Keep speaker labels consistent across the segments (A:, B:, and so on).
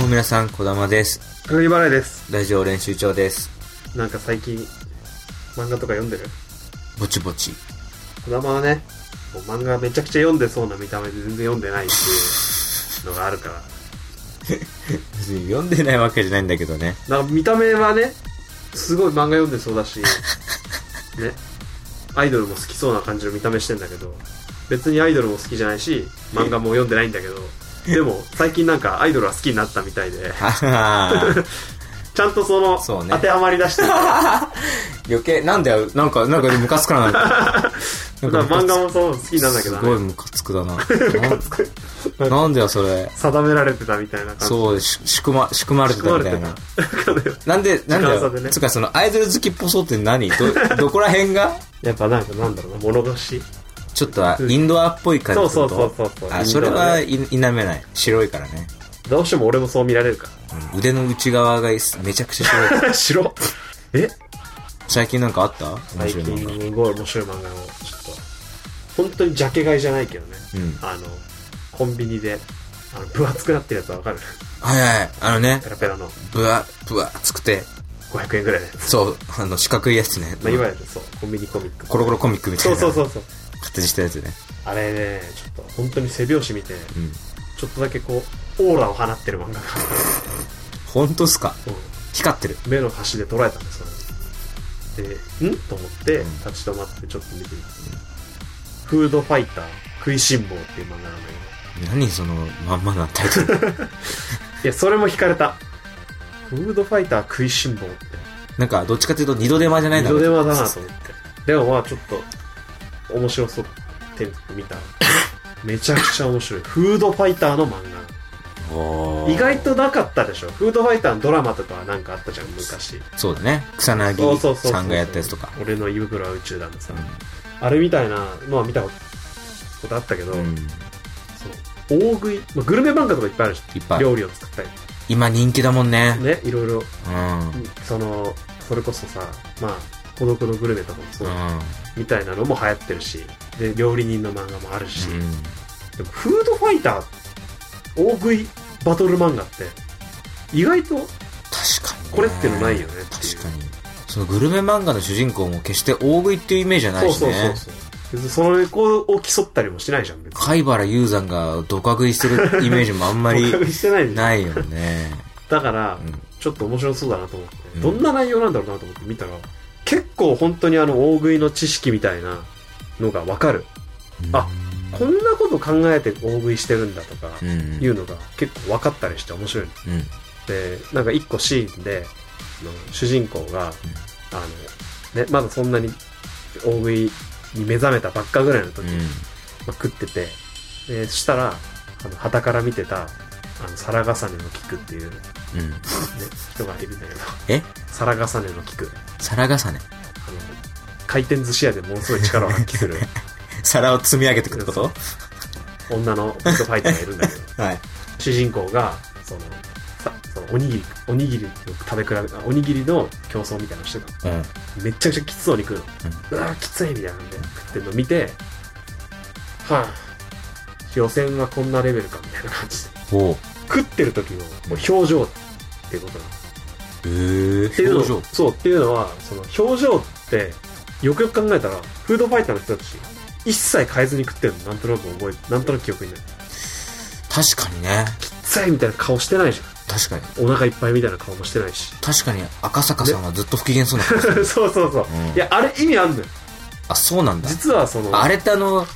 A: も皆さん、こだまです。
B: 高木払いです。
A: ラジオ練習長です。
B: なんか最近、漫画とか読んでる
A: ぼちぼち。
B: 児玉はね、もう漫画めちゃくちゃ読んでそうな見た目で全然読んでないっていうのがあるから。
A: 別に読んでないわけじゃないんだけどね。
B: なんか見た目はね、すごい漫画読んでそう だし、ね、アイドルも好きそうな感じの見た目してんだけど、別にアイドルも好きじゃないし、漫画も読んでないんだけど、でも最近なんかアイドルは好きになったみたいで、
A: はは
B: ちゃんとその、
A: そうね
B: 当てはま り出してる。
A: 余計、なんだよ、なんか、なんかムカつくな。なん
B: だから漫画
A: も
B: もそう好きなんだけど
A: すごい
B: ね。
A: ムカつくだな。ななんだよ、それ。
B: 定められてたみたいな感じ。
A: そう、し仕組ま、仕組まれてたみたいな。なんで、なんだ
B: 時間差
A: よ。
B: でね
A: つうか、その、アイドル好きっぽそうって何ど、どこら辺が
B: やっぱなんかなんだろうな、物腰。
A: ちょっと、インドアっぽい感じってこと
B: そうそうそうそうそう
A: あ、それはい
B: イ
A: 否めない。白いからね。
B: どうしても俺もそう見られるか
A: うん腕の内側がめちゃくちゃ白い。
B: ら。 白え
A: 最近なんかあった面
B: 最
A: 白い漫
B: 近
A: 画。
B: すごい面白い漫画を、ちょっと、本当にジャケ買いじゃないけどね。
A: うん
B: あの、コンビニで、あの、分厚くなってるやつはわかる
A: はいはい。あのね
B: ペ、ラペラの
A: ぶわ、ぶわ、つくて、
B: 500円ぐらいで。
A: そう、あの、四角いやつね。
B: まあ、いわゆるそう、コンビニコミック。
A: コロコロコミックみたい
B: そう
A: な。
B: そうそうそう。
A: 形したやつね。
B: あれね、ちょっと、本当に背拍子見て、
A: うん。
B: ちょっとだけこう、オーラを放ってる漫画が、
A: ほんとっすか
B: う
A: 光ってる。
B: ん目の端で捉えたんですそれで、んと思って、立ち止まってちょっと見てみた。フードファイター、食いしん坊っていう漫画なんだけど、
A: 何その、まんまなタイト ル。
B: いや、それも惹かれた。フードファイター食いしん坊って。
A: なんか、どっちかっていうと二度手間じゃないん
B: 二
A: だ
B: 度
A: ろ
B: 手
A: う。
B: 間だなと思って。でもまあちょっと、面白そうって見 た。めちゃくちゃ面白い。フードファイターの漫
A: お
B: 画。
A: ー
B: 意外となかったでしょ。フードファイターのドラマとかはなんかあったじゃん、昔。
A: そうだね。草
B: そうそう
A: 薙
B: そうそう。
A: さんがやったやつとか。
B: 俺の胃袋は宇宙だのさ
A: う。
B: あれみたいなのは見たことあったけど、
A: ん。うん
B: その大食い、まあ、グルメ漫画とかいっぱいあるじ
A: いっ
B: ゃん。
A: ぱい。
B: 料理を作ったりと
A: 今人気だもんね
B: か。ね、いろいろ
A: うん。うん。
B: そのそれこそさまあ孤独のグルメとかもそう、みたいなのも流行ってるしで料理人の漫画もあるし、
A: うん
B: でもフードファイター大食いバトル漫画って意外と
A: 確かにね。
B: これってのないよねっていう
A: 確かに。そのグルメ漫画の主人公も決して大食いっていうイメージじゃな
B: そう
A: いし
B: そう
A: ね。
B: そうそう別にそれを競ったりもしないじゃん別に
A: 貝原雄山がドカ食いしてるイメージもあんまり
B: 比較 してないじゃん
A: ないよね。
B: だから、
A: うん
B: ちょっと面白そうだなと思って、
A: うん
B: どんな内容なんだろうなと思って見たら結構本当にあの大食いの知識みたいなのがわかるあこんなこと考えて大食いしてるんだとか、
A: うん、うん。
B: いうのが結構分かったりして面白いの
A: うん。
B: でなんか一個シーンであの主人公が、あのね、まだそんなに大食いに目覚めたばっかぐらいの時、
A: うん。
B: まあ食っててでしたらあの旗から見てたあの皿重ねの菊っていう、ね、
A: うん。
B: 人がいるんだけど
A: え
B: 皿重ねの菊
A: 皿重ね。
B: あの回転寿司屋でものすごい力を発揮 する
A: 皿を積み上げてくってこ
B: そ
A: と
B: 女のフットファイターがいるんだけど
A: はい。
B: 主人公がそのさそのおにぎりおにぎりを食べ比べあおにぎりの競争みたいなのしてた
A: うん。
B: のめっちゃくちゃきつそうに食うの、うわーきついみたいなんで食ってるの見てはあ予選はこんなレベルかみたいな感じで
A: ほう。
B: 食ってる時の表情っていうことなの
A: え
B: ってい
A: ー、
B: うの
A: 表情。
B: そうっていうのはその表情ってよくよく考えたらフードファイターの人たち一切変えずに食ってるのなんとなく覚えなんとなく記憶にない
A: 確かにね。
B: きついみたいな顔してないじ
A: 確かに。
B: ゃんお腹いっぱいみたいな顔もしてないし
A: 確かに赤坂さんはずっと不機嫌そうな顔してる。
B: そうそうそう。
A: うん
B: いや、あれ意味あんのよ。
A: あ、そうなんだ。
B: 実はその、
A: ああれってあの、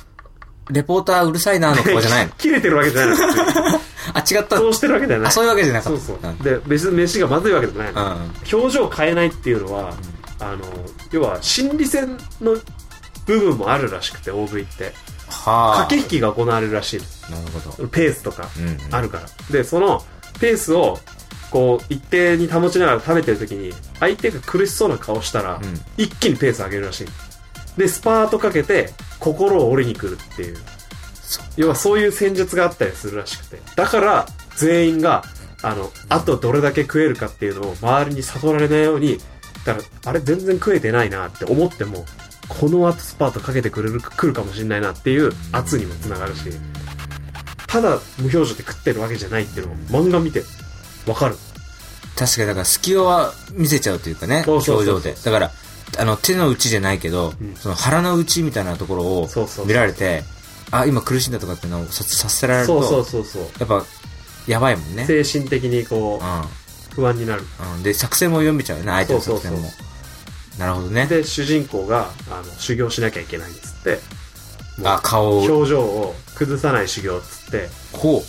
A: レポーターうるさいなの顔じゃないの
B: 切れてるわけじゃないの。
A: あ、違った。
B: そうしてるわけじゃな
A: あ、
B: い。
A: そういうわけじゃなか
B: そ
A: っ
B: う
A: た。
B: そう
A: うん。
B: で、別に飯がまずいわけじゃないの。
A: うん。
B: 表情変えないっていうのは、あの、要は心理戦の部分もあるらしくて、大食いって。
A: はあ。
B: 駆け引きが行われるらしい
A: なるほど。
B: の。ペースとか
A: うんうん。
B: あるから。で、そのペースを、こう、一定に保ちながら食べてる時に、相手が苦しそうな顔したら、
A: うん
B: 一気にペース上げるらしい。で、スパートかけて、心を折りに来るっていう。
A: そ
B: 要はそういう戦術があったりするらしくてだから全員があのあとどれだけ食えるかっていうのを周りに悟られないようにだからあれ全然食えてないなって思ってもこの後スパートかけてくれる来るかもしれないなっていう圧にもつながるし、ただ無表情で食ってるわけじゃないっていうのを漫画見てわかる。
A: 確かに、だから隙をは見せちゃうというかね、
B: そうそうそう
A: 表情で。だから、あの、手の内じゃないけど、
B: うん
A: その腹の内みたいなところを
B: そうそうそう
A: 見られて、あ、今苦しんだとかっていうのをささせられる
B: そ
A: と、
B: うそうそうそう。
A: やっぱ、やばいもんね。
B: 精神的にこ
A: う
B: う、不安になる。
A: ん。うん。で、作戦も読めちゃうよね、相手の
B: そう
A: 作
B: そう
A: 戦
B: そう
A: も。なるほどね。
B: で、主人公が、あの、修行しなきゃいけないっつって、もう
A: あ、顔を、
B: 表情を崩さない修行っつって、
A: こ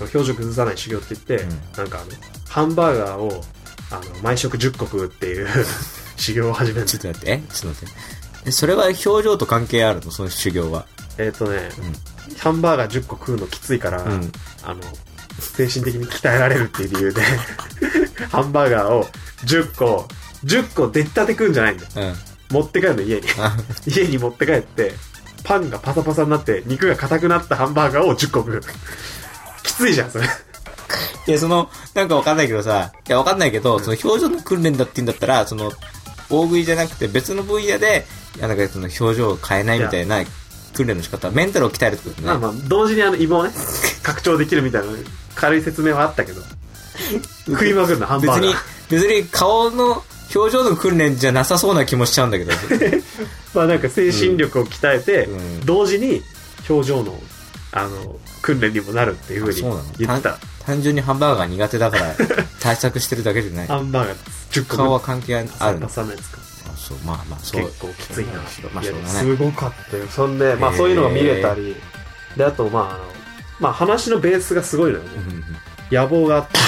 B: 表情崩さない修行って言っ
A: う
B: て、
A: ん
B: なんかあの、ハンバーガーを、あの、毎食10個食うっていう 修行を始める
A: う。。ちょっと待って、えちょっと待って。えそれは表情と関係あるのその修行は。
B: えっ、とね、ハンバーガー10個食うのきついから、
A: うん。
B: あの、精神的に鍛えられるっていう理由で、 ハンバーガーを10個、10個出来たて食うんじゃないんだよ。
A: うん。
B: 持って帰るの家に。
A: あ、
B: 家に持って帰って、パンがパサパサになって、肉が硬くなったハンバーガーを10個食う。きついじゃん、それ。
A: いや、その、なんかわかんないけどさ、いや、わかんないけど、その表情の訓練だって言うんだったら、その、大食いじゃなくて別の分野で、いやなんかその表情を変えないみたいな訓練の仕方、メンタルを鍛えるってこと
B: まあ
A: ね。
B: まあ、同時にあの、芋をね、拡張できるみたいな、軽い説明はあった けど、食いまくるの、ハン
A: 別
B: バーガ
A: に
B: ー。、
A: 別に顔の表情の訓練じゃなさそうな気もしちゃうんだ けど。
B: まあなんか精神力を鍛えて、
A: うん
B: 同時に表情の、あの、訓練にもなるっていうふうに
A: そうなの
B: 言った。
A: 単単純にハンバーガー苦手だから、対策してるだけじゃない。
B: ハンバーガー10個
A: 顔は関係あるの
B: パ。サのやつか。
A: あそう、まあまあ、そう。
B: 結構きついな。
A: まあ、
B: い
A: そ
B: や
A: うだね。
B: すごかったよ。そんで、まあ
A: へー
B: そういうのが見れたり、で、あと、まああの、まあ話のベースがすごいのよね。
A: うんうん
B: 野望があって、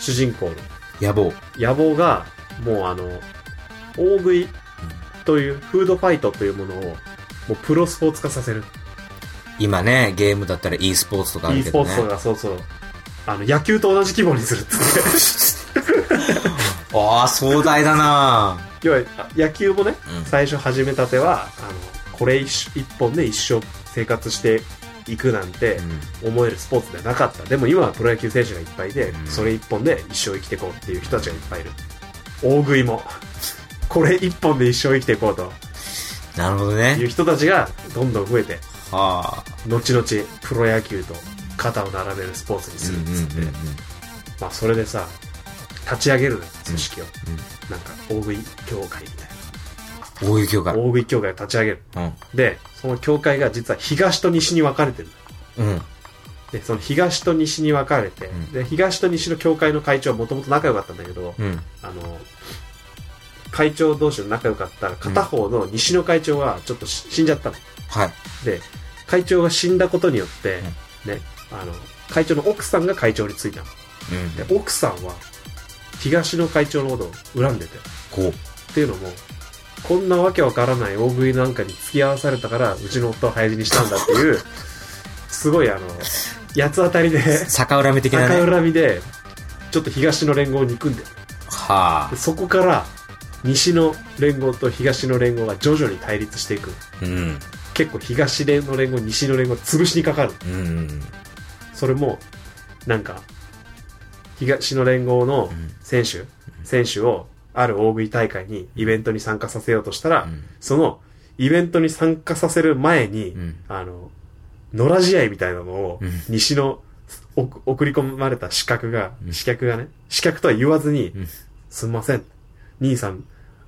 B: 主人公の。
A: 野望。
B: 野望が、もうあの、大食いという、フードファイトというものを、もうプロスポーツ化させる。
A: 今ね、ゲームだったら e スポーツとかあ
B: e
A: るけ
B: ス
A: ど
B: ポー
A: ね
B: ツ。とか、そうそう。あの、野球と同じ規模にするっ つっ
A: ああ、壮大だな
B: て。要は、あ野球もね、
A: うん
B: 最初始めたては、あの、これ一一本で一生生活していくなん て、思えるスポーツではなかったでも今はプロ野球選手がいっぱいで、
A: うん
B: それ一本で一生生きていこうっていう人たちがいっぱいいる大食いも これ一本で一生生きていこうと
A: なるほど
B: い
A: ね。
B: う人たちがどんどん増えて
A: はあ。
B: 後々プロ野球と肩を並べるスポーツにするっつって、まあ、それでさ立ち上げるのよ組織を、なんか大食い協会みたい
A: うんうん。大雪教
B: な
A: 会。
B: 大食い協会を立ち上げる
A: うん。
B: でその協会が実は東と西に分かれてる
A: うん。
B: でその東と西に分かれて、
A: うん
B: で東と西の協会の会長はもともと仲良かったんだけど、
A: うん。
B: あの会長同士の仲良かったら片方の西の会長はちょっとし死んじゃったの
A: はい。
B: で会長が死んだことによって、ねあの会長の奥さんが会長に就いたの
A: うん。
B: で奥さんは東の会長のことを恨んでて
A: こう。
B: っていうのもこんなわけわからない大食いなんかに付き合わされたからうちの夫を早死にしたんだっていうすごいあの八つ当たり で
A: 逆恨み的な
B: 赤
A: ね。
B: 恨みでちょっと東の連合を憎んでる
A: はあ
B: で。そこから西の連合と東の連合が徐々に対立していく
A: うん。
B: 結構東の連合西の連合潰しにかかる
A: うん。
B: それもなんか東の連合の選手、選手をある大食い大会にイベントに参加させようとしたら、
A: うん
B: そのイベントに参加させる前に、
A: うん
B: あの野良試合みたいなのを
A: うん
B: 西のお送り込まれた刺客が、
A: うん
B: 刺客がね刺客とは言わずに、
A: ん
B: すんません兄さん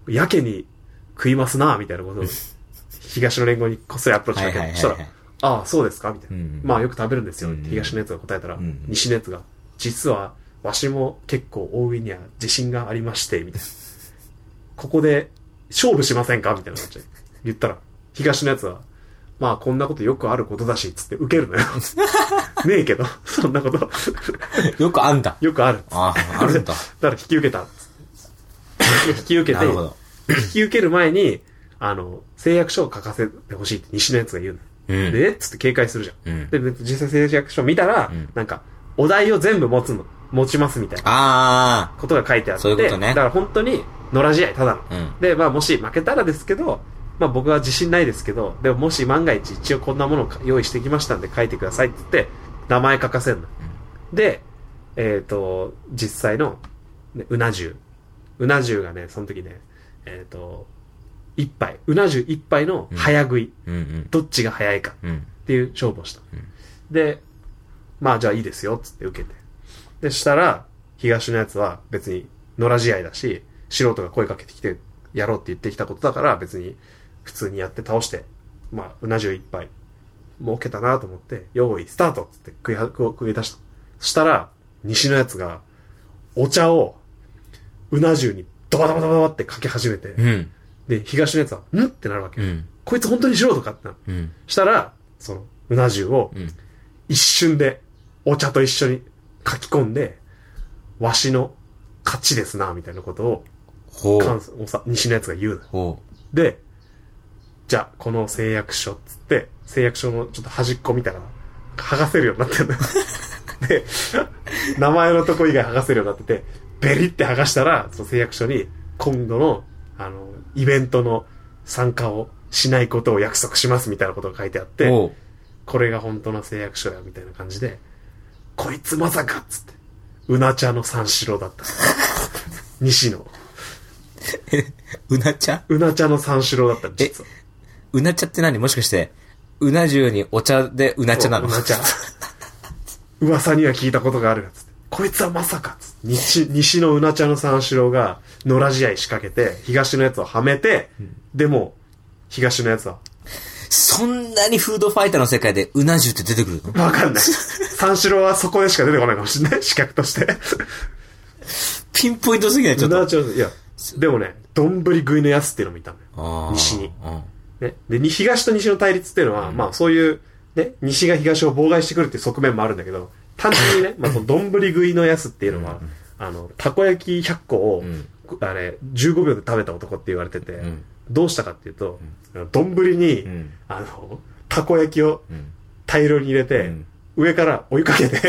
B: やけに食いますなみたいなことを東の連合にこっそりアプローチかけ
A: はい
B: て
A: はい
B: そした
A: はいは
B: ら
A: い
B: 「ああそうですか」みたいな、
A: うん
B: まあよく食べるんですよ」
A: うん
B: 東のやつが答えたら、
A: うん
B: 西のやつが「実はわしも結構大食いには自信がありまして」 みたいな「ここで勝負しませんか?」みたいな感じで言ったら東のやつは「まあこんなことよくあることだし」つって受け るのよねえけどそんなこと
A: よくあんだ。
B: よくある
A: ああ、あるんだ。
B: だから引き受けた。引き受け
A: な
B: て、
A: るほ
B: 引
A: ど。
B: き受ける前に、あの、誓約書を書かせてほしいって西のやつが言うの。
A: うん。
B: で、つって警戒するじゃ。
A: うんん。
B: で、実際誓約書見たら、
A: うん
B: なんか、お題を全部持つの。持ちますみたいな
A: あ
B: ことが書いてあって。
A: そういうことね
B: だから本当に、野良試合、ただの。
A: あ。うん。
B: で、まあもし負けたらですけど、まあ僕は自信ないですけど、でももし万が一一応こんなものを用意してきましたんで書いてくださいって言って、名前書かせるの。で、えっ、と、実際の、ね、うな重。うな重がね、その時ね、えっ、と、一杯。うな重一杯の早食い。
A: うんうん。
B: どっちが早いか
A: うん。
B: っていう勝負をした。
A: ん
B: で、まあじゃあいいですよ、つって受けて。で、したら、東のやつは別に野良試合だし、素人が声かけてきてやろうって言ってきたことだから、別に普通にやって倒して、まあ、うな重いっぱい、儲けたなと思って、用意スタートっつって食いは食い出した。そしたら、西のやつが、お茶を、うな重にドバドバドバドバってかけ始めて、
A: うん。
B: で、東のやつは、んってなるわけ。
A: うん。
B: こいつ本当に素人かってなる。
A: うん。
B: したら、その、うな重を
A: うん。
B: 一瞬で、お茶と一緒に書き込んで、わしの勝ちですな、みたいなことを、
A: ほ
B: 関
A: う。
B: 西おさ西のやつが言うのよ
A: ほ
B: で、じゃあ、この誓約書っつって、誓約書のちょっと端っこみたいな、剥がせるようになってんだよ。で、名前のとこ以外剥がせるようになってて、ベリって剥がしたら、その誓約書に、今度の、あの、イベントの参加をしないことを約束しますみたいなことが書いてあっ
A: う。
B: て、
A: ほ
B: これが本当の誓約書や、みたいな感じで、こいつまさかっつって、うな茶の三四郎だった。 西野。
A: う。うな茶
B: うな茶の三四郎だった、
A: え
B: 実は。
A: うな茶って何もしかして、うな重にお茶でうな茶なの
B: うな茶。噂には聞いたことがあるやつって。こいつはまさかっつって西西のうな茶の三四郎が野良試合仕掛けて、東のやつをはめて、でも、東のやつは、
A: そんなにフードファイターの世界でうな重って出てくるの
B: わか んない。三四郎はそこでしか出てこないかもしれない。資格として。
A: ピンポイントすぎないちょ
B: う
A: っと。
B: な茶の、いや、でもね、丼食いのやつっていうのもいたのよ。
A: あー
B: 西に
A: うん。
B: ね、でに東と西の対立っていうのは、まあそういう、ね、西が東を妨害してくるっていう側面もあるんだけど、単純に ね、まあその丼食いのやつっていうのは、あの、たこ焼き100個を、
A: ん
B: あれ、15秒で食べた男って言われてて、
A: ん
B: どうしたかっていうと、あの丼に、
A: ん
B: あの、たこ焼きを
A: ん
B: 大量に入れて、
A: ん
B: 上からお湯か けて、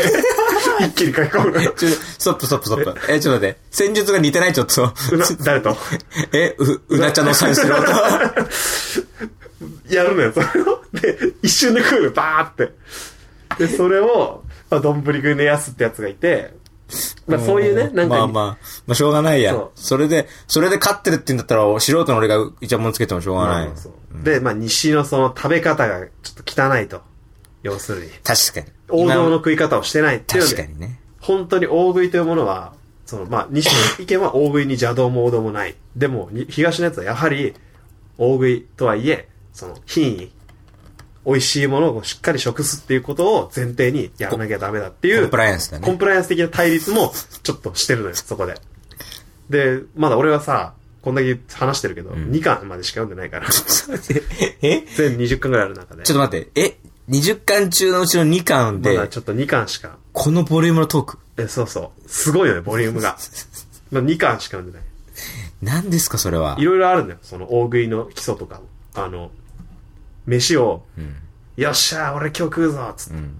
B: 一気にかき込 む。
A: ちょ、ストップストップストップ。え、ちょっと待って。戦術が似てないちょっと。
B: うな誰と
A: え、う、うな茶の三四郎と。
B: やるのよ、それを。で、一瞬で食うの、バーって。で、それを、まあ、丼食いのやすってやつがいて、まあ、 そういうね、なん
A: ま
B: か、
A: あまあ、まあしょうがないや
B: そう。
A: それで、それで勝ってるって言うんだったら、素人の俺がイチャモンつけてもしょうが
B: ま
A: な
B: あ
A: い
B: まあ。そうで、まあ、西のその食べ方がちょっと汚いと。要するに。
A: 確かに。
B: 王道の食い方をしてないっていうの
A: 確か
B: で、
A: にね。
B: 本当に大食いというものは、その、まあ、西の意見は大食いに邪道も王道もない。でも、に東のやつはやはり、大食いとはいえ、その、品位、美味しいものをしっかり食すっていうことを前提にやらなきゃダメだっていう。
A: コンプライアンスだ
B: コン
A: ね。
B: プライアンス的な対立もちょっとしてるのよ、そこで。で、まだ俺はさ、こんだけ話してるけど、2巻までしか読んで ないから、
A: え
B: 全20巻ぐらいある中で
A: ちょ、っと待って。え ?20 巻中のうちの2巻
B: まだ
A: で、
B: ちょっと2巻しか、
A: このボリュームのトーク。
B: えそうそう、すごいよね、ボリュ ームが。まあ、2巻しか読んでない。。
A: 何ですか、それはい
B: ろいろあるんだよ、その大食いの基礎とかも。あの、飯を、よっしゃー、俺今日食うぞ、つって。
A: ん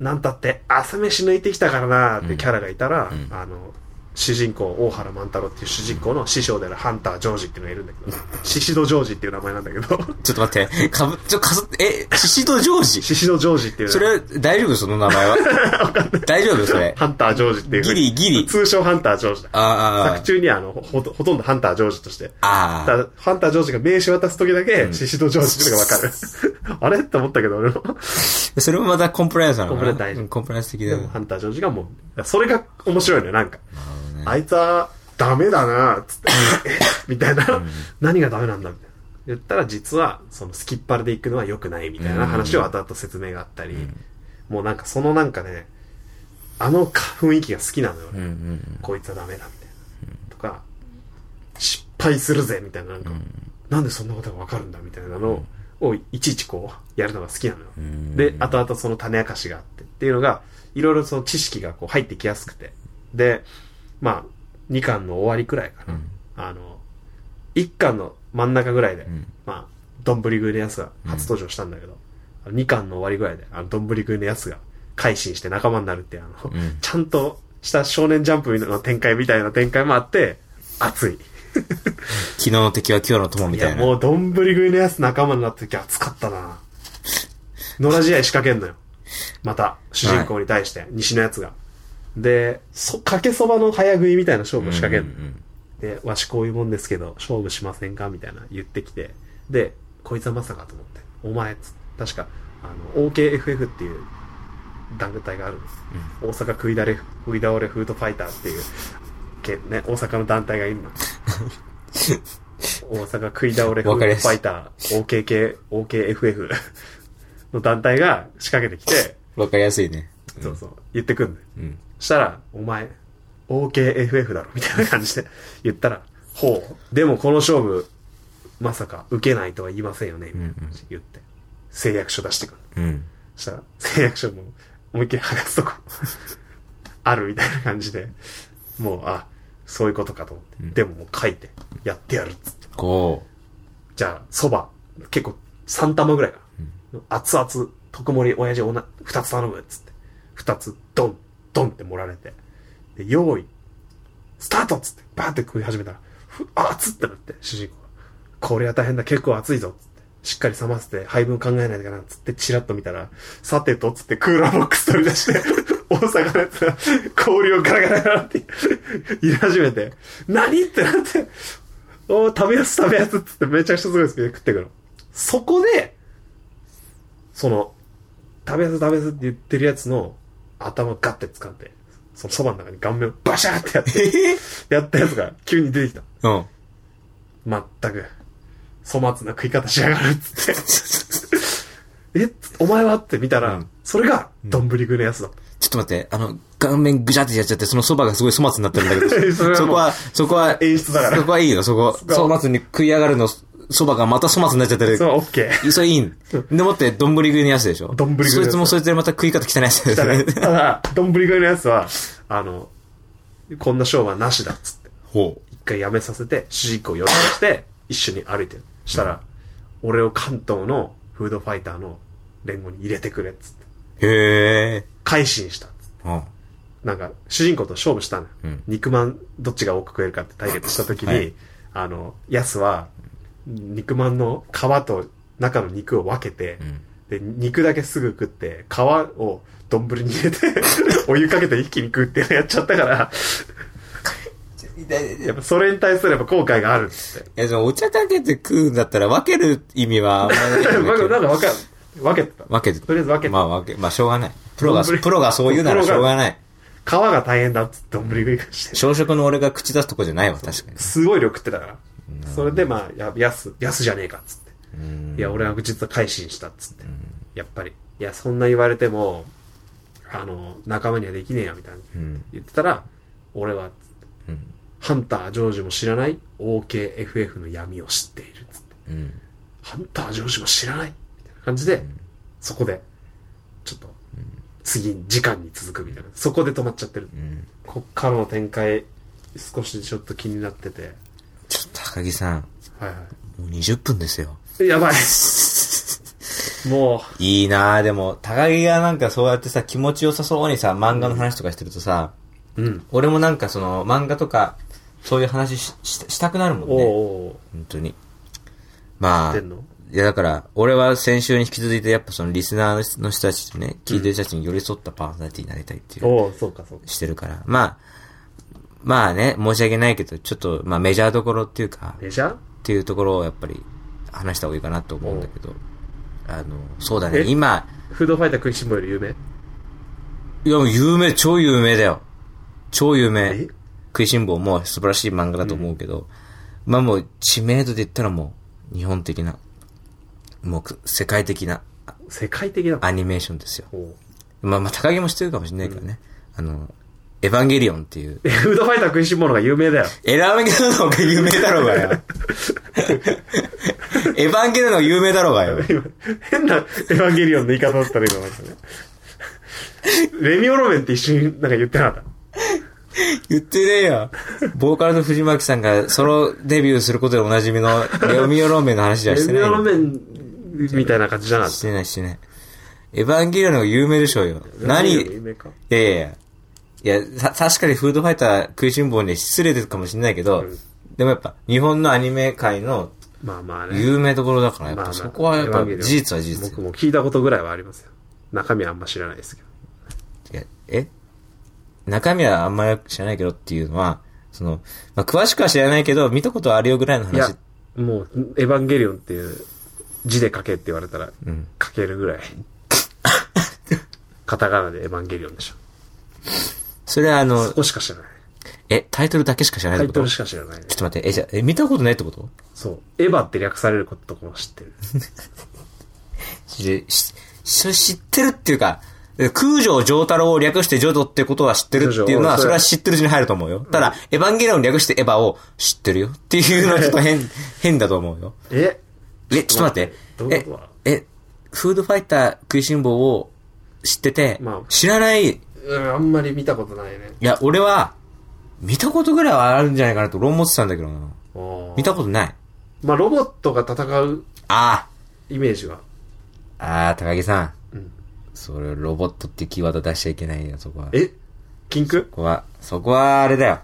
B: なんたって、朝飯抜いてきたからなーってキャラがいたら、あの、主人公、大原万太郎っていう主人公の師匠であるハンター・ジョージっていうのがいるんだ けど、シシド・ジョージっていう名前なんだけど、
A: ち ょっと待って。かぶ、ちょ、かす、え、シシドジョージ
B: シシド・ジョージっていう
A: そ
B: のが
A: れ、大丈夫その名 前は。大丈夫それ。
B: ハンター・ジョージっていうふうに。
A: ギリギリ
B: 通称ハンター・ジョージだ。
A: あ
B: 作中にあのほと、ほとんどハンター・ジョージとして。
A: あ、ああ。
B: だハンター・ジョージが名刺渡す時だけ、シシド・ジョージっていうのが わかる。あれって思ったけど、俺も。
A: それもまたコンプライアンスなのかな
B: コンプライアンス
A: うんコンプライアンス的だ
B: で
A: よ
B: も
A: ね。
B: ハンター・ジョージがもう、それが面白いのよ、なんか。あいつは、ダメだなつ って、えみたいな、何がダメなんだみたいな。言ったら実は、そのスキッパルで行くのは良くないみたいな話を後々説明があったり、もうなんかそのなんかね、あのか雰囲気が好きなのよ、俺
A: うんうん。
B: こいつはダメだみたいな。とか、失敗するぜみたいな、なんか、なんでそんなことがわかるんだみたいなのを、いちいちこう、やるのが好きなのよ。で、後々その種明かしがあってっていうのが、いろいろその知識がこう入ってきやすくて。で、まあ、2巻の終わりくらいかな。あの、1巻の真ん中ぐらいで、まあ、どんぶり食いのやつが初登場したんだけど、あの2巻の終わりぐらいで、あの、どんぶり食いのやつが、改心して仲間になるっていう、あの、
A: ん
B: ちゃんとした少年ジャンプの展開みたいな展開もあって、熱い。
A: 昨日の敵は今日の友み
B: い
A: た
B: や、
A: いな。
B: もう、どんぶり食いのやつ仲間になった時熱かったな野良試合仕掛けんのよ。また、主人公に対して、西のやつが。で、そ、かけそばの早食いみたいな勝負を仕掛けんの。で、わしこういうもんですけど、勝負しませんかみたいな言ってきて。で、こいつはまさかと思って。お前、つ確か、あの、OKFF っていう、団体があるんです。大阪食いだれ、食い倒れフードファイターっていう、けね、大阪の団体がいる の。大阪食い倒れフード
A: わ
B: フ
A: かりやすい
B: ァイター、OKK、OKFF の団体が仕掛けてきて、
A: わかりやすいね。
B: そうそう、言ってくんのよ。
A: うん。
B: したら、お前、OKFF だろ、みたいな感 じで言ったら、ほう、でもこの勝負、まさか受けないとは言いませんよね、みたいな感じで言って、誓約書出してくる。
A: うん。
B: したら、誓約書も思いっきり剥がすと こ、あるみたいな感じで、もう、あ、そういうことかと思って。でももう書いて、やってやるっつって。
A: こ
B: じゃあ、蕎麦、結構3玉ぐらいかな。熱々、特盛り、親父おな、2つ頼むっつって。2つ、ドン、ドンって盛られて。で、用意、スタートっつって、バーって食い始めたら、ふあ、熱っってなって、主人公が。これは大変だ、結構熱いぞ、つって。しっかり冷ませて、配分考えないとかな、つって、チラッと見たら、さてと、つって、クーラーボックス取り出して、大阪のやつが、氷をガラガラガラって、言い始めて、何ってなって、おー食べやす食べやすっつって、めちゃくちゃすごいスピードで食ってくの。そこで、その、食べやす食べやすって言ってるやつの、頭ガッて掴んで、そのそばの中に顔面をバシャーってやって、やったやつが急に出てきた。
A: う。うん。
B: まったく、粗末な食い方しやがるっ つって。え、お前はって見たら、
A: うん
B: それが、丼ぶり食いのやつだった。
A: ちょっと待って、あの、顔面ぐちゃってやっちゃって、その蕎麦がすごい粗末になってるんだ け
B: それ
A: ど、そ
B: はもう
A: こは、そこは、
B: 演出だから
A: そこはいいよ、そこ。
B: そこ
A: 粗末に食い上がるの、蕎麦がまた粗末になっちゃってる
B: そ。れは OK。
A: それいいん。でもって、丼食いのやつでしょ
B: 丼食いのやつ
A: そいつもそいつでまた食い方汚いやつ
B: た
A: だよ
B: だ、
A: ね。
B: ただ、丼ぶり食いのやつは、あの、こんな勝負はなしだっつって。
A: ほ
B: 一回やめさせて、主人公を呼び出して、一緒に歩いてる。したら、俺を関東のフードファイターの連合に入れてくれっつっ
A: う。
B: て。
A: へえ。
B: 改心したっつって。
A: うん。
B: なんか、主人公と勝負したのよ。
A: うん
B: 肉まん、どっちが多く食えるかって対決した時に、
A: はい
B: あの、ヤスは、肉まんの皮と中の肉を分けて、
A: ん
B: で、肉だけすぐ食って、皮を丼に入れて、 お湯かけて一気に食うっていうのやっちゃったから、やっぱそれに対するやっぱ後悔があるっつって。
A: いや、そのお茶かけて食うんだったら分ける意味はあんまないけど
B: なんか、なんか 分か、分けてた。
A: 分けて。
B: とりあえず分けて
A: まあ分け、まあしょうがない。プロが、
B: 丼
A: プロがそう言うなら
B: プ
A: し
B: ロが
A: ょうがない。
B: 皮が大変だっつって丼食いして。
A: 小食の俺が口出すとこじゃないわ、確かに。
B: すごい量食ってたから。それでまあ、や、やす、やすじゃねえかっつって。
A: うん
B: いや、俺は実は改心したっつって。やっぱり。いや、そんな言われても、あの、仲間にはできねえよ、みたいな。
A: うん。
B: 言ってたら、俺は、ハンター・ジョージも知らない OKFF の闇を知っているっつって。
A: うん。
B: ハンター・ジョージも知らないみたいな感じで、そこで、ちょっと、次、時間に続くみたいな。そこで止まっちゃってる。
A: うん。
B: こっからの展開、少しちょっと気になってて。
A: ちょっと高木さん、
B: はいは
A: もう20分ですよ。
B: い。やばい。もう、
A: いいなぁ、でも、高木がなんかそうやってさ、気持ちよさそうにさ、漫画の話とかしてるとさ、
B: うん。
A: 俺もなんかその、漫画とか、そういう話しししたくなるもん
B: おう
A: ね。
B: おう
A: 本当に。まあ
B: おう、出、んの
A: いやだから、俺は先週に引き続いて、やっぱそのリスナーの人たちとね、聞いてる人たちに寄り添ったパーソナリティになりたいっていう、
B: おおそうかそうか。
A: してるから。まあ、まあね、申し訳ないけど、ちょっと、まあメジャーどころっていうか、
B: メジャー
A: っていうところをやっぱり話した方がいいかなと思うんだけど、あの、そうだね、
B: え
A: 今、
B: フードファイター食いしん坊より有名
A: いや、もう有名、超有名だよ。超有名
B: え。
A: 食いしん坊も素晴らしい漫画だと思うけど、まあもう知名度で言ったらもう、日本的な、もうく世界的な
B: 世界的な。
A: アニメーションですよ。
B: おう
A: まあまあ、高木も知ってるかもしれないけどね。あの、エヴァンゲリオンっていう。
B: えフードファイター食いしん坊の方が有名だよ。
A: エヴァンゲリオンの方が有名だろうがよ。エヴァンゲリオンの方が有名だろうがよ。
B: 今変なエヴァンゲリオンの言い方だったね、今なんかね。レミオロメンって一瞬なんか言ってなかっ
A: 言ってねえよ。ボーカルの藤巻さんがソロデビューすることでおなじみのレオミオローメンの話じ
B: た。
A: ゃ
B: レ
A: して
B: ミ
A: ない
B: オロ
A: よ。
B: メンみたいな感じじゃなかっ
A: してないしてない。エヴァンゲリオンの方が有名でしょうよ。
B: た。
A: 何
B: レミオロメン有
A: い
B: 名か
A: やいやいや。いや、た確かにフードファイター食いしん坊に失礼ですかもしれないけど、
B: うん
A: でもやっぱ日本のアニメ界の
B: まあまあね。
A: 有名どころだから、やっ
B: まあまあ
A: ぱそこはやっ
B: エヴ
A: ぱ
B: ァンゲリ
A: 事
B: オン
A: 実は事実
B: 僕。も聞いたことぐらいはありますよ。中身はあんま知らないですけど。
A: いやえ中身はあんまり知らないけどっていうのは、その、まあ、詳しくは知らないけど、見たことはあるよぐらいの
B: いや
A: 話。、
B: もう、エヴァンゲリオ ンっていう字で書けって言われたら
A: ん、
B: 書けるぐらい。カタカナでエヴァンゲリオンでしょ。
A: それはあの
B: そ、こしか知らない。
A: え、タイトルだけしか知らないって
B: タイ
A: こと
B: トル
A: ち
B: し
A: ょ
B: か知らないね。
A: っと待って、え、じゃあえ、見たことないってこと
B: そう。エヴァって略されることとかも知ってる。
A: し、し、し知ってるっていうか、え空城城太郎を略してジョジョってことは知ってるっていうの
B: 空
A: は、
B: 城
A: それは知ってるうちに入ると思うよ。ただ、エヴァンゲリオン略してエヴァを知ってるよっていうのはちょっと変、変だと思うよ。
B: え
A: え、ちょっと待って。
B: どういうことだ
A: え、え、フードファイター食いしん坊を知ってて、
B: まあ
A: 知らない。い
B: うん、あんまり見たことないね。
A: や、俺は、見たことぐらいはあるんじゃないかなと論持ってたんだけどな。見たことない。
B: まあ、ロボットが戦う
A: あ
B: イメージが。
A: あ、ああ、高木さん。
B: うん。
A: それ、ロボットってキーワード出しちゃいけないよ、そこは。
B: え禁句
A: ここは、そこはあれだよ。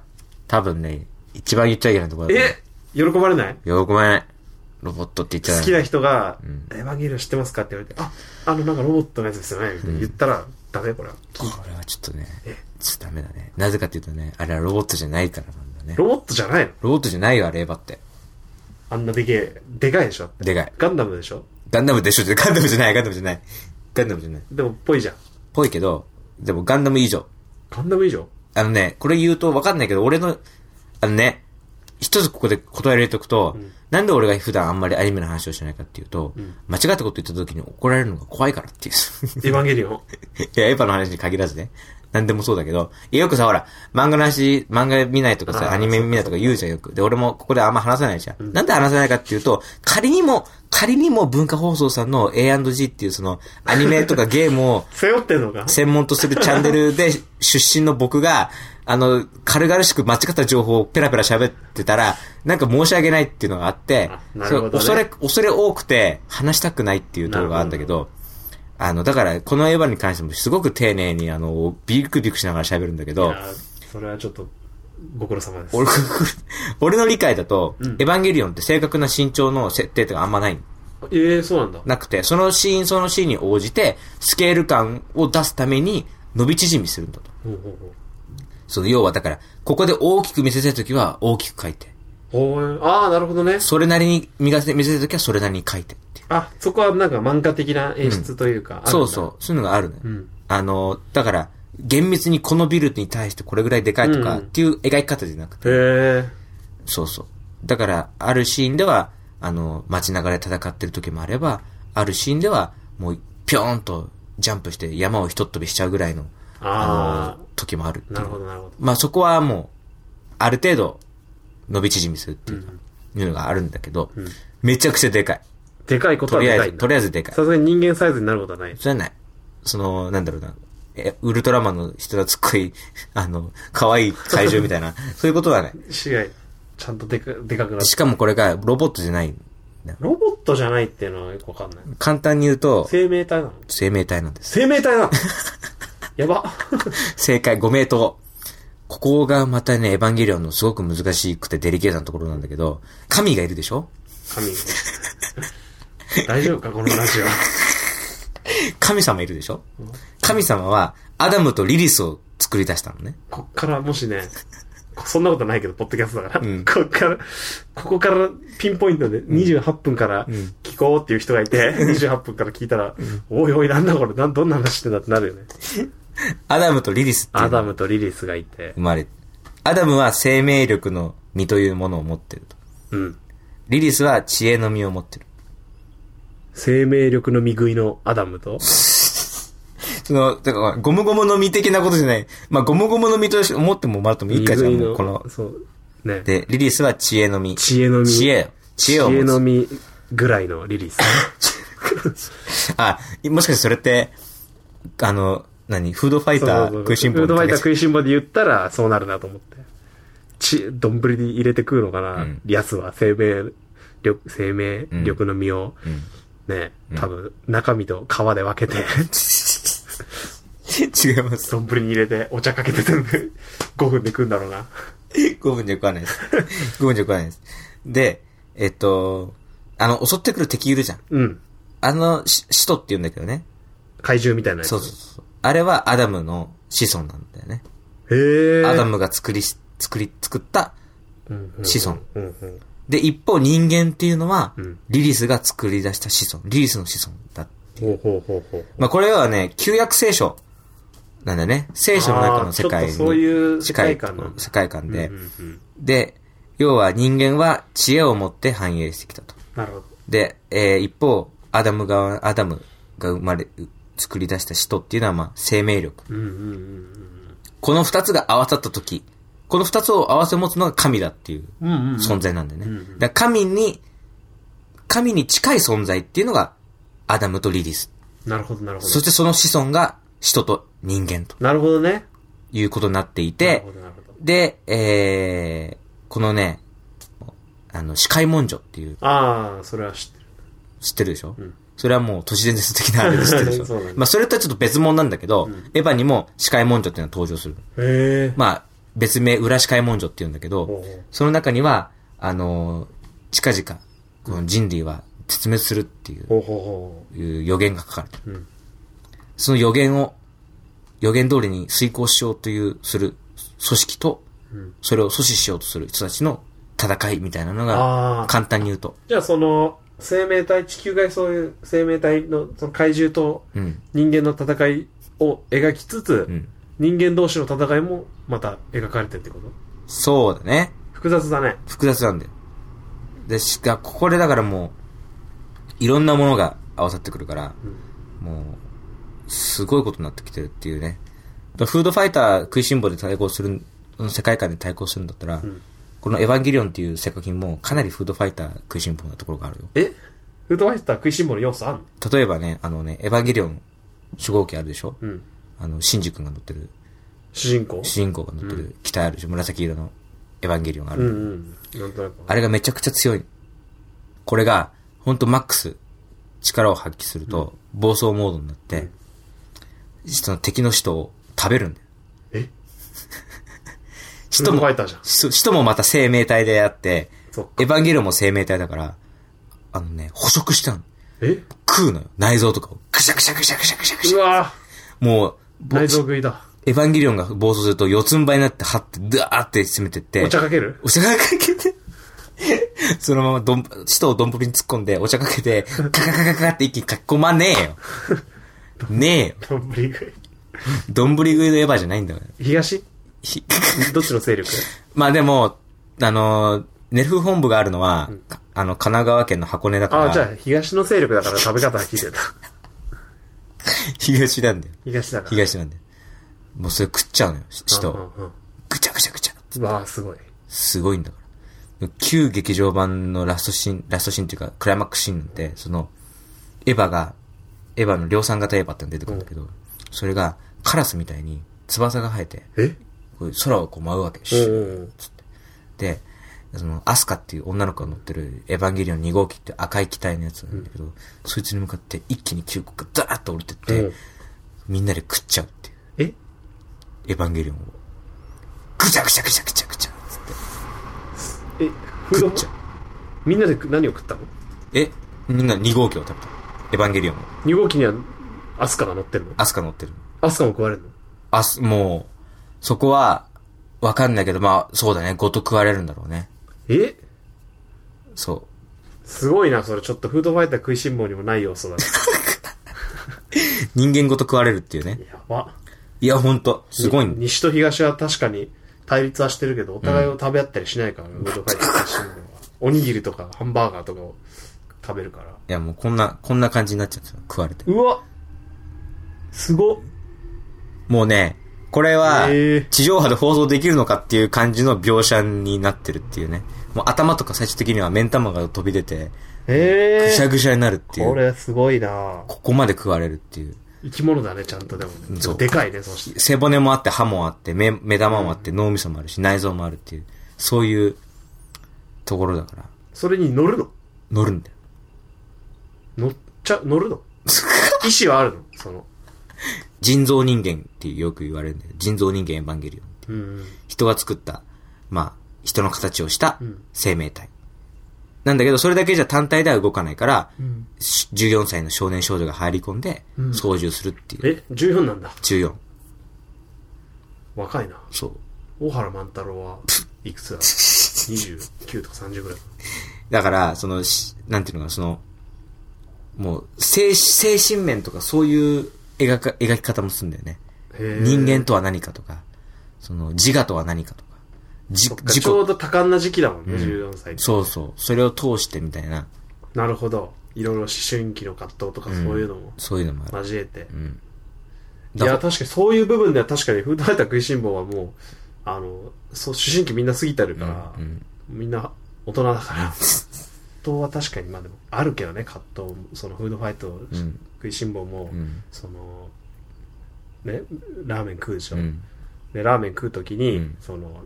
A: 多分ね、一番言っちゃいけないところだと思う
B: え喜ばれない
A: 喜ばれない。ロボットって言っちゃ
B: 好き
A: い。
B: な人が
A: ん、
B: エヴァンゲリオン知ってますかって言われて、あ、あのなんかロボットのやつですよねみたいな言ったら、ダメこれは。
A: これはちょっとね、ちょっとダメだね。なぜかっていうとね、あれはロボットじゃないからなんだね。
B: ロボットじゃないの
A: ロボットじゃないよ、あれ、エヴァって。
B: あんなでけえ、でかいでしょだって
A: でかい。
B: ガンダムでしょ
A: ガンダムでしょって、ガンダムじゃない、ガンダムじゃない。ガンダムじゃない。
B: でも、ぽいじゃん。
A: ぽいけど、でもガンダム以上。
B: ガンダム 以上
A: あのね、これ言うとわかんないけど、俺の、あのね、一つここで答え入れとくと、なんで俺が普段あんまりアニメの話をしないかっていうと、間違ったこと言った時に怒られるのが怖いからっていう。
B: エヴァンゲリオン。
A: いや、エヴァの話に限らずね。なんでもそうだけど、よくさ、ほら、漫画の話、漫画見ないとか
B: あ
A: さ、
B: ー
A: アニメ見ないとか言うじゃん、よく。で、俺もここであんま話さないじゃん。なんで話さないかっていうと、仮にも、仮にも文化放送さんの A&G っていうその、アニメとかゲームを
B: 背負ってんのか
A: 専門とするチャンネルで出身の僕が、あの、軽々しく間違った情報をペラペラ喋ってたら、なんか申し訳ないっていうのがあって
B: あ、なるほどね
A: そう恐れ、恐れ多くて話したくないっていうところがあるんだけど、あの、だから、このエヴァに関してもすごく丁寧に、あの、ビクビクしながら喋るんだけ
B: い
A: ど、
B: やそれはちょっと、ご苦労様です。
A: 俺、 俺の理解だと、
B: うん
A: エヴァンゲリオンって正確な身長の設定とかあんまない。
B: ええ、そうなんだ。
A: なくて、そのシーン、そのシーンに応じて、スケール感を出すために、伸び縮みするんだと。
B: ほうほうほう。
A: その要はだから、ここで大きく見せたいときは大きく書いて。
B: ほうああ、なるほどね。
A: それなりに見せ見せたいときはそれなりに書いてっていう。
B: あ、そこはなんか漫画的な演出というか。。
A: そうそうう。そういうのがあるのよ。
B: ん
A: あの、だから、厳密にこのビルに対してこれぐらいでかいとか
B: う
A: っ
B: ん
A: ていう描き方じゃなくて。
B: へえ。
A: そうそう。だから、あるシーンでは、あの、街中で戦ってる時もあれば、あるシーンでは、もう、ぴょーんとジャンプして山をひとっ飛びしちゃうぐらいの、
B: あ
A: の、時もあるっていう
B: あ、なるほど、なるほど。
A: まあそこはもう、ある程度、伸び縮みするっていうか、いうのがあるんだけど、めちゃくちゃでかい。
B: でかいこと
A: と
B: は
A: り
B: で
A: あ
B: か
A: え
B: い
A: ず、
B: ん
A: と
B: だ。
A: りあえずでかい。
B: さすがに人間サイズになることはない。
A: それはない。その、なんだろうな。え、ウルトラマンの人がすっごい、 あの、可愛い怪獣みたい な、そういうことはない。
B: 死骸、ちゃんとでかでかくなっ。
A: してかもこれがロボットじゃないんだよ。
B: ロボットじゃないっていうのはよくわかんない。
A: 簡単に言うと、
B: 生命体なの
A: 生命体なんです。
B: 生命体な のやば。
A: 正解5名と、ここがまたね、エヴァンゲリオンのすごく難しくてデリケートなところなんだけど、神がいるでしょ
B: 神。大丈夫かこのラジオ。
A: 神様いるでしょ神様は、アダムとリリスを作り出したのね。
B: こっからもしね、こそんなことないけど、ポッドキャストだから。
A: うん
B: こっから、ここからピンポイントで28分から聞こうっていう人がい て、28分から聞いたら、おいおい、なんだこれ、なんどんな話してんだってなるよね。
A: アダムとリリスっていう
B: ア
A: のが
B: ダムとリリスがいて
A: 生、まれ、アダムは生命力の実というものを持ってると。
B: うん。
A: リリスは知恵の実を持ってる。
B: 生命力の見食いのアダムと、
A: その、だから、ゴムゴムの実的なことじゃない。まあ、ゴムゴムの実として思ってもらってもいいかじゃん、
B: 見食
A: もうこの。
B: そう、ね。
A: で、リリスは知恵の実。
B: 知恵の実。
A: 知恵よ。知恵を
B: 知恵
A: 持
B: の
A: つ。
B: 実ぐらいのリ リス。
A: あ、もしかしてそれって、あの、何フードファイ
B: そう
A: ター
B: そうそう
A: 食いしん坊
B: フード
A: の
B: ファイター
A: 竹
B: 食いしん坊で言ったら、そうなるなと思って。ち、丼に入れて食うのかな、
A: ん
B: やつは、生命力、生命力の実を、ね、多分、中身と皮で 分けて、
A: 違います。
B: 丼に入れて、お茶かけて全部、5分で 食うんだろうな。
A: 5分じゃ食わないです。5分じゃ 食わないです。で、えっと、あの、襲ってくる敵いるじゃん。
B: うん。
A: あの、し使徒って言うんだけどね。
B: 怪獣みたいなやつ。
A: そうそうそう。あれはアダムの子孫なんだよね。
B: へえ。
A: アダムが作りし、作り、作った。
B: うんうん
A: 子孫。
B: うんうん。
A: で、一方人間っていうのは
B: うん、
A: リリスが作り出した子孫。リリスの子孫だ。
B: ほうほうほうほう。
A: まあ、これはね、旧約聖書なんだね、聖書の中の世界
B: あーちょっとそういう
A: に
B: 世
A: 近
B: 界
A: い
B: 観なんだ
A: 世界観で、
B: うんうんうん
A: で、要は人間は知恵を持って繁栄してきたと。
B: なるほど。
A: で、えー一方、アダム側、アダムが生まれ、作り出した使徒っていうのは、まあ、生命力。
B: うんうんうんうん
A: この二つが合わさった時、この二つを合わせ持つのが神だっていう
B: うん。うんうんうん。
A: 存在なんだよね。
B: うんうん
A: だから神に、神に近い存在っていうのが、アダムとリリス。
B: なるほど、なるほど。
A: そしてその子孫が、使徒と人間と
B: なるほどね。
A: いうことになってい
B: なる
A: て
B: ほ、ど、なるほど。
A: で、えー、このね、あの、司会文書っていう、
B: ああ、それは知ってる。
A: 知ってるでしょ、
B: ん
A: それはもう都市伝説的なあれで知ってるでしょ
B: そうだね
A: まあそれとはちょっと別物なんだけど、エヴァにも司会文書っていうのは登場する。
B: へえ。
A: まあ、別名、裏司会文書っていうんだけ
B: ほ
A: ど
B: うほう、
A: その中には、あのー近々、この人類は絶滅するっていう
B: ほうほうほ
A: いう予言が書かれてる。
B: うん
A: その予言を、予言通りに遂行しようという、する組織と、
B: ん
A: それを阻止しようとする人たちの戦いみたいなの
B: あー
A: が、簡単に言うと。
B: う。じゃあ、その、生命体、地球外そういう生命体の、その怪獣と
A: うん。
B: 人間の戦いを描きつつ、
A: うん。
B: 人間同士の戦いもまた描かれてるってこと
A: そうだね。
B: 複雑だね。
A: 複雑なんだよ。で、しか、ここでだからもう、いろんなものが合わさってくるから、もう、すごいことになってきてるっていうね。だからフードファイター食いしん坊で対抗する、世界観で対抗するんだったら、このエヴァンゲリオンっていう作品もかなりフードファイター食いしん坊なところがあるよ。
B: えフードファイター食いしん坊の要素あんの
A: 例えばね、あのね、エヴァンゲリオン初号機あるでしょ、
B: うん。
A: あの、シンジ君が乗ってる、
B: 主人公
A: 主人公が乗ってる機体あるでしょ紫色のエヴァンゲリオンがある
B: う。んうん。なんとなく。
A: あれがめちゃくちゃ強い。これが、ほんとマックス、力を発揮すると、暴走モードになって、その敵の人を食べるんだよ。
B: えフー
A: 人
B: ドフ
A: も
B: ァ、イターじゃん。
A: 人人もまた生命体であって、
B: そっ
A: エ
B: か。
A: ヴァンゲリオンも生命体だから、あのね、捕食したの。
B: え
A: 食うのよ。内臓とかを。くしゃくしゃくしゃくしゃくしゃくし
B: う
A: ゃ。
B: わ
A: もう、
B: ぁ
A: ぼ
B: 内臓食いだ。
A: エヴァンゲリオンが暴走すると四つん這いになって、はって、ダーって詰めてって。
B: お茶かける
A: お茶がかけて、そのままどん、舌をどんぶりに突っ込んで、お茶かけて、カカカカカって一気にかき込まねえよ。ねえよ。
B: どんぶり食い。
A: どんぶり食いのエヴァじゃないんだよ。
B: 東
A: ひ
B: どっちの勢力
A: まあでも、あのー、ネルフ本部があるのは、かあの、神奈川県の箱根だか
B: ああ、じゃ
A: ら、
B: あ東の勢力だから食べ方は聞いてた。
A: 東なんだよ。
B: 東だから。
A: 東なんだよ。もうそれ食っちゃうのよ、し人を。
B: うんうんうん
A: ぐちゃぐちゃぐちゃ。
B: うわぁ、すごい。
A: すごいんだから。旧劇場版のラストシーン、ラストシーンっていうか、クライマックスシーンなんて、その、エヴァが、エヴァの量産型エヴァってのが出てくるんだけど、それが、カラスみたいに翼が生えて、
B: え
A: こう空をこう舞うわけ
B: う
A: し、
B: んうんうん。
A: で、その、アスカっていう女の子が乗ってるエヴァンゲリオン2号機って赤い機体のやつなんだけど、そいつに向かって一気に急降がダーッと降りてって、
B: うん
A: みんなで食っちゃうっていう。
B: え
A: エヴァンゲリオンを。ぐちゃぐちゃぐちゃぐちゃぐちゃっつって。
B: え、フード
A: 食っちゃう
B: みんなで食何を食ったの
A: え、みんな2号機を食べた。エヴァンゲリオンを。
B: ?2 号機にはアスカが乗ってるの
A: アスカ乗ってる。
B: アスカも食われるの
A: アス、もう、そこは、わかんないけど、まあ、そうだね。ごと食われるんだろうね。
B: え
A: そ
B: すごいな、それ。ちょっとフードファイター食いしん坊にもない要素だね。
A: う。人間ごと食われるっていうね。
B: やば。
A: いや、ほんと、すごいんだ。
B: 西と東は確かに対立はしてるけど、お互いを食べ合ったりしないから、フードファイター食いしん坊は。おにぎりとかハンバーガーとかを食べるから。
A: いや、もうこんな、こんな感じになっちゃうんですよ。食われて。
B: うわすごっ
A: もうね、これは
B: へー、
A: 地上波で放送できるのかっていう感じの描写になってるっていうね。もう頭とか最終的には目ん玉が飛び出て、ぐ
B: え
A: しゃ
B: え
A: ぐしゃになるってい
B: ー、こ
A: う。
B: れすごいな
A: ここまで食われるっていう。
B: 生き物だね、ちゃんとでもね。
A: そう
B: でかいね、そして。
A: 背骨もあって、歯もあって、目、目玉もあって、脳みそもあるし、内臓もあるっていう、そういうところだから、
B: それに乗るの
A: 乗るんだよ。
B: 乗っちゃ、乗る の意志はあるのその。
A: 人造人間ってよく言われるんだよ。人造人間エヴァンゲリオンって。
B: うん。
A: 人が作った、まあ、人の形をした
B: ん
A: 生命体。なんだけど、それだけじゃ単体では動かないから、
B: ん
A: し14歳の少年少女が入り込んで、操縦するっていう。
B: え、14なんだ。
A: 14。
B: 若いな。
A: そう。
B: 大原万太郎はいくつだ ?29 とか30ぐらい。
A: だから、その、しなんていうのかな、その、もう、精精神面とかそういう描か、描き方もするんだよね。
B: へへー
A: 人間とは何かとか、その自我とは何かとか、じ
B: そっか
A: 自己
B: ちょうど多感な時期だもんね、
A: うん
B: 14歳って
A: そうそう、それを通してみたいな、
B: なるほど。いろいろ思春期の葛藤とか
A: う
B: そ
A: ん
B: ういうのも
A: そういうのもある。
B: 交えて。
A: うん。
B: い
A: だ
B: や、確かにそういう部分では確かに、フードファイター食いしん坊はもう、あの、そう、思春期みんな過ぎてるから、
A: うん
B: みんな大人だから、葛藤は確かに、まあでも、あるけどね、葛藤も。そのフードファイト、
A: うん
B: 食いしん坊も、
A: うん
B: その、ね、ラーメン食うでしょ。
A: うん
B: で、ラーメン食うときに、
A: うん
B: その、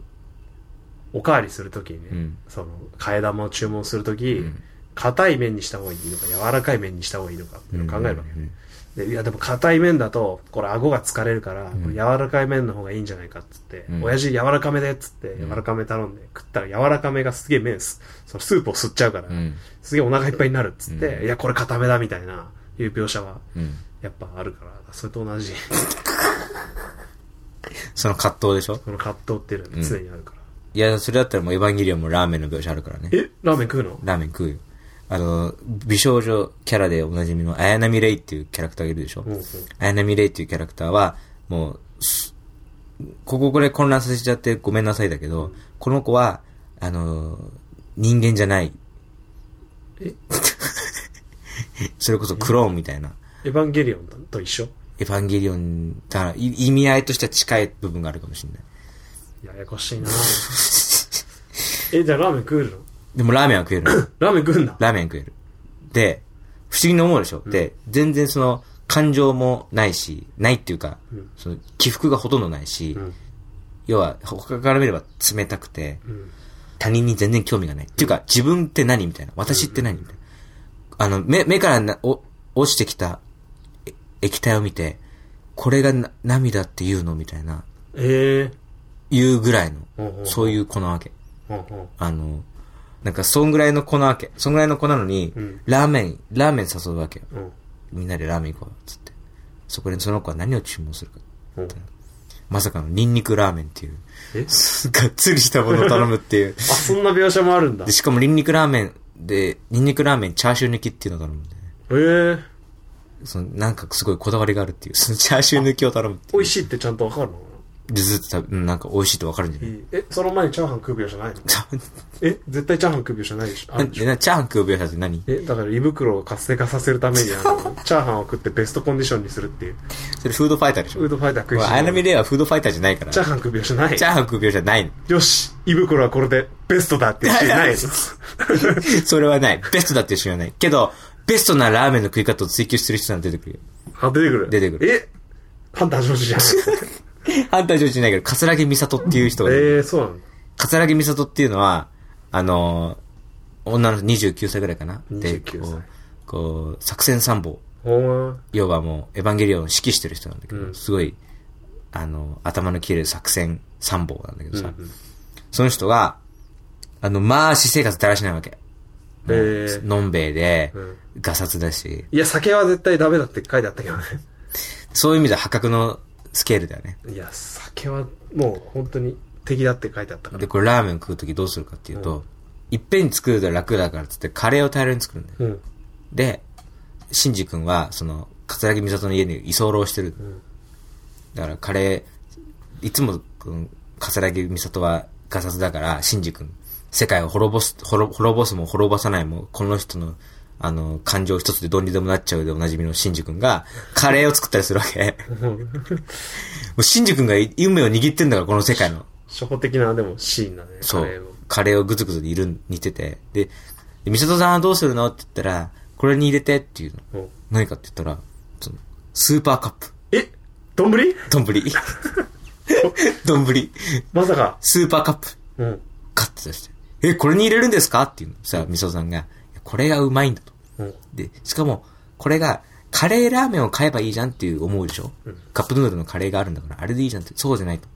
B: おかわりするときにね、
A: うん
B: その、替え玉を注文するとき、
A: ん
B: 硬い麺にした方がいいのか、柔らかい麺にした方がいいのかっていうのを考えるわけ。
A: うん
B: でいや、でも硬い麺だと、これ顎が疲れるから、これ柔らかい麺の方がいいんじゃないかっつって、
A: うん
B: 親父柔らかめでっつって、柔らかめ頼んで、食ったら柔らかめがすげえ麺す、そのスープを吸っちゃうから、
A: うん
B: すげえお腹いっぱいになるっつって、
A: うん
B: いや、これ硬めだみたいな、いう描写は、
A: うん
B: やっぱあるから、それと同じ、
A: その葛藤でしょ
B: その葛藤っていうのは常にあるから。
A: いや、それだったらもうエヴァンゲリオンもラーメンの描写あるからね。
B: え、ラーメン食うの
A: ラーメン食うよ。あの、美少女キャラでおなじみの綾波レイっていうキャラクターがいるでしょ、
B: うんうん
A: 綾波レイっていうキャラクターは、もう、すこここれ混乱させちゃってごめんなさいだけど、この子は、あの、人間じゃない。
B: え
A: それこそクローンみたいな。
B: エヴァンゲリオンとと一緒
A: エヴァンゲリオン、だからい意味合いとしては近い部分があるかもしれない。
B: ややこしいなえ、じゃあラーメン食うの
A: でもラーメンは食えるの。
B: ラーメン食うんだ。
A: ラーメン食える。で、不思議に思うでしょ、で、全然その、感情もないし、ないっていうか、
B: ん
A: その、起伏がほとんどないし、
B: うん。
A: 要は、他から見れば冷たくて、
B: うん。
A: 他人に全然興味がない。っていうか、自分って何みたいな。私って何みたいな。あの、目、目からなお落ちてきたえ液体を見て、これがな涙っていうのみたいな、
B: え
A: いうぐらいの、
B: えー。
A: そう
B: う
A: いう子なわけ。
B: んうん。うんうん。
A: あの、なんか、そんぐらいの子なわけ。そんぐらいの子なのに、
B: うん
A: ラーメン、ラーメン誘うわけよ。
B: うん。
A: みんなでラーメン行こうよ、つって。そこでその子は何を注文するか。
B: うん
A: まさかのニンニクラーメンっていう、
B: え
A: がっつりしたものを頼むっていう
B: あ、。そんな描写もあるんだ。
A: で、
B: え
A: しかもニンニクラーメンで、ニンニクラーメンチャーシュー抜きっていうのを頼むんだよね。
B: えー。
A: その、なんかすごいこだわりがあるっていう。そのチャーシュー抜きを頼むってい
B: 美
A: う。
B: 味しいってちゃんとわかるの
A: で、ずっと食べうんなんか美味しいとわかるんじゃ ない
B: え、その前にチャーハン食う描写ないの
A: チャー
B: え、絶対チャーハン食う描写ないでしょあ
A: ハ
B: る
A: ン、
B: でしょ
A: でなチャーハン食う描写って何
B: え、だから胃袋を活性化させるために、あの、チャーハンを食ってベストコンディションにするっていう。
A: それフードファイターでしょ
B: フードファイター食いしん坊
A: アイナミレイはフードファイターじゃないから。チ
B: チャ
A: ャ
B: ーハン食う描写ない
A: ーハン食う描写ないの。
B: よし、胃袋はこれでベストだっていうシーンないの
A: それはない。ベストだっていう知らない。けど、ベストなラーメンの食い方を追求してる人なんて出てくるよ。
B: あ、出てくる。
A: 出てくる
B: えパンダ上司じゃん。
A: 反対上司いないけど、カツラギミサトっていう人がいる、
B: ええー、そうなんだ。
A: カツラギミサトっていうのは、あのー女の29歳ぐらいかな。で、こう
B: 29歳、
A: こう、作戦参謀。
B: ほんま
A: 要はもう、エヴァンゲリオンを指揮してる人なんだけど、
B: うん
A: すごい、あの、頭の切れる作戦参謀なんだけど
B: うん
A: さ、
B: うん
A: その人が、あの、まあ、私生活だらしないわけ。もう
B: えー
A: のんべいで、
B: うん
A: ガサツだし、
B: いや、酒は絶対ダメだって書いてあったけどね。
A: そういう意味では破格のスケールだよね。
B: いや、酒はもう本当に敵だって書いてあったから
A: で、。これラーメン食うときどうするかっていうと、いっぺんに作ると楽だからっつってカレーを大量に作るんだよ。
B: うん。
A: で、シンジ君は、その、桂木美里の家に居候してる。
B: ん
A: だからカレー、いつも、うん桂木美里はガサツだから、シンジ君、世界を滅ぼす、滅滅ぼすも滅ぼさないも、この人の、あの、感情一つでどうにでもなっちゃうでおなじみのシンジ君が、カレーを作ったりするわ け。もうシンジ君が運命を握ってんだから、この世界の。
B: 初歩的な、でも、シーンだね。
A: そ
B: カレー
A: う
B: を。
A: カレーをぐずぐず煮る、煮てて。で、で美里さんはどうするのって言ったら、これに入れてっていうの。
B: うん
A: 何かって言ったら、その、スーパーカップ。
B: え丼
A: 丼。丼。
B: まさか。
A: スーパーカップ。
B: うん。
A: カッて出して。え、これに入れるんですかっていうの。さ、みそさんが、いやこれがうまいんだと。
B: うん。
A: で、しかも、これが、カレーラーメンを買えばいいじゃんっていう思うでしょ、カップヌードルのカレーがあるんだから、あれでいいじゃんって。そうじゃないと。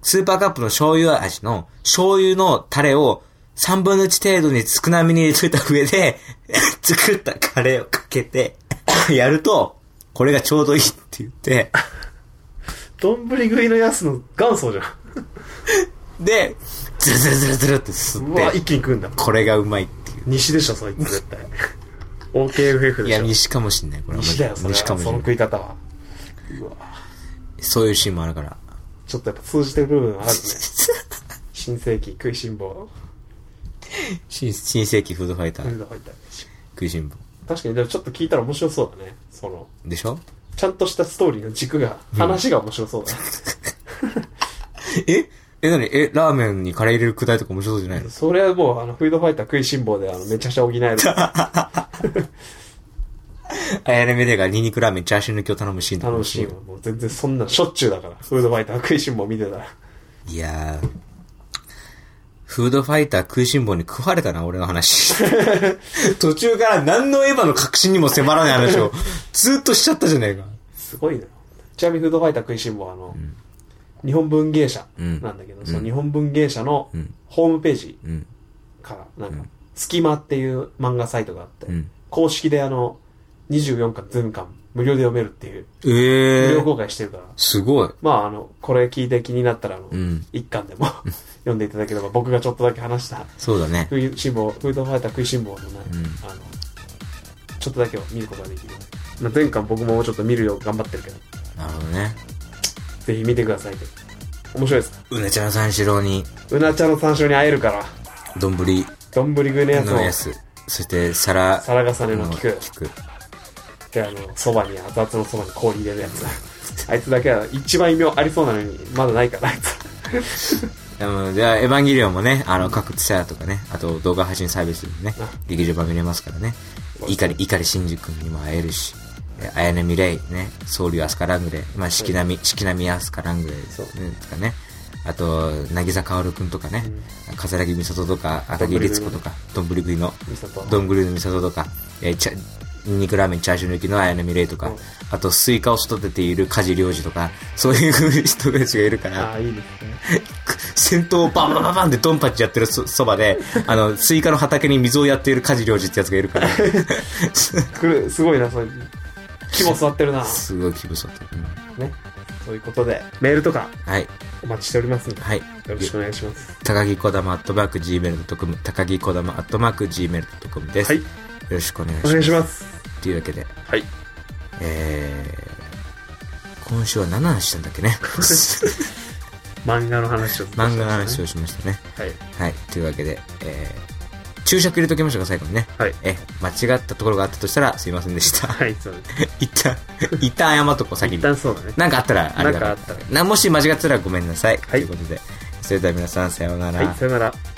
A: スーパーカップの醤油味の、醤油のタレを、3分の1程度に少なめに入れといた上で、 作ったカレーをかけて、 やると、これがちょうどいいって言って、
B: 丼食いのやつの元祖じゃん。
A: で、ズルズルズルズルって
B: うわ、
A: 吸って、
B: 一気に食うんだ。
A: これがうまいっていう。
B: 西でしょ、そいつ絶対。OKFF
A: いや、
B: でし
A: 西かもしんない、こ
B: ょ。
A: れは。
B: 西だよ、それは。
A: 西か
B: そ
A: もし
B: の
A: んない
B: 食。い方は。
A: そういうシーンもある から。
B: ちょっとやっぱ通じてる部分はあるね。新世紀食いしん坊。
A: 新新世紀フードファイター、食いしん坊。
B: 確かに、でもちょっと聞いたら面白そうだね。その、
A: でしょ
B: ちゃんとしたストーリーの軸が、話が面白そうだね。
A: ええ、なにえ、ラーメンにカレー入れるくだりとか面白そうじゃ ないの
B: それはもう、あの、フードファイター食いしん坊で、あの、めちゃくちゃ補える。
A: あやれめでがニンニクラーメンチャーシュー抜きを頼むシーンとか
B: 楽しいわ。もう全然そんな、しょっちゅうだから。フードファイター食いしん坊見てたら。
A: いやー。フードファイター食いしん坊に食われたな、俺の 話。途中から何のエヴァの確信にも迫らない話 をずっとしちゃったじゃないか。
B: すごいな。ちなみにフードファイター食いしん坊は、あの、日本文芸社なんだけど、
A: うん
B: その日本文芸社の
A: うん
B: ホームページ
A: うん。
B: から、なんか、隙間っていう漫画サイトがあって、
A: うん。
B: 公式であの、24巻全巻無料で読めるっていう、無
A: ええ
B: 料
A: ー。
B: 公開してるから、
A: すごい。
B: まああの、これ聞いて気になったら、あの、
A: うん。
B: 一巻 でも読んでいただければ、僕がちょっとだけ話した、
A: そうだね。
B: 食いしん坊、フードファイター食いしん坊のね、
A: うん
B: あの、ちょっとだけは見ることができる。まあ前巻僕もちょっと見るよう頑張ってるけど、
A: なるほどね。
B: ぜひ見てくださいと。面白いですか
A: うねちゃん三四郎に、
B: うなちゃんの三章に会えるから、
A: 丼
B: どんぶり食いのやつ
A: の
B: を、
A: やつ、そして皿、
B: 皿重ね
A: の
B: の効く。
A: 聞く。
B: で、あの、そばに、熱々のそばに氷入れるやつ。あいつだ けは一番異名ありそうなのに、まだないから、あいつ。
A: でもじゃあ、エヴァンゲリオンもね、あの、各ツヤとかね、あと動画配信サービスでもね
B: あ、
A: 劇場版見れますからね。碇、碇真珠君にも会えるし、え綾波レイ、ね、僧侶アスカラングレイ、まあ、四季並み、四季並みアスカラングレイ
B: そう
A: とかね、あと、渚薫君とかね、笠木美里とか、赤木律子とか、どんぶり食いの、
B: みさと。
A: どんぐりのみさととか、えー、ちゃ、ニンニクラーメンチャーシュー抜きの綾波レイとか、
B: うん
A: あと、スイカを育てている梶良二とか、そういう人たちがいるから、
B: ああ、いいですね。
A: 戦闘をバンバンバンバンってドンパチやってるそそばで、あの、スイカの畑に水をやっている梶良二ってやつがいるから、
B: くる、すごいな、そういう。木も座ってるな。
A: すごい気分そうだったうん
B: ね。そういうことで、メールとか
A: はい、
B: お待ちしておりますので、よ
A: はい。
B: ろしくお願いします。
A: 高木こだまアットマーク Gmail.com、高木こだまアットマーク Gmail.com です。
B: はい
A: よろしくお願いし
B: お
A: ま
B: 願い
A: す。
B: します。
A: というわけで、
B: はい。
A: えー、今週は何の話したんだっけね。
B: 漫画の話を。
A: 漫画の話をしましたね。
B: はい。
A: はい。というわけで、えー、注釈入れときましょうか、最後にね。
B: はい。
A: え、間違ったところがあったとしたらすいませんでした。
B: はい、そうで す。
A: 一旦、一旦謝っとこう、先
B: 一
A: に。
B: 旦そうだね。
A: なんかあったら、あれだ
B: なんかあった
A: な、もし間違ってたらごめんなさい。
B: は
A: と
B: い
A: いうことで、それでは皆さん、さようなら。
B: はい、さよなら。
A: 「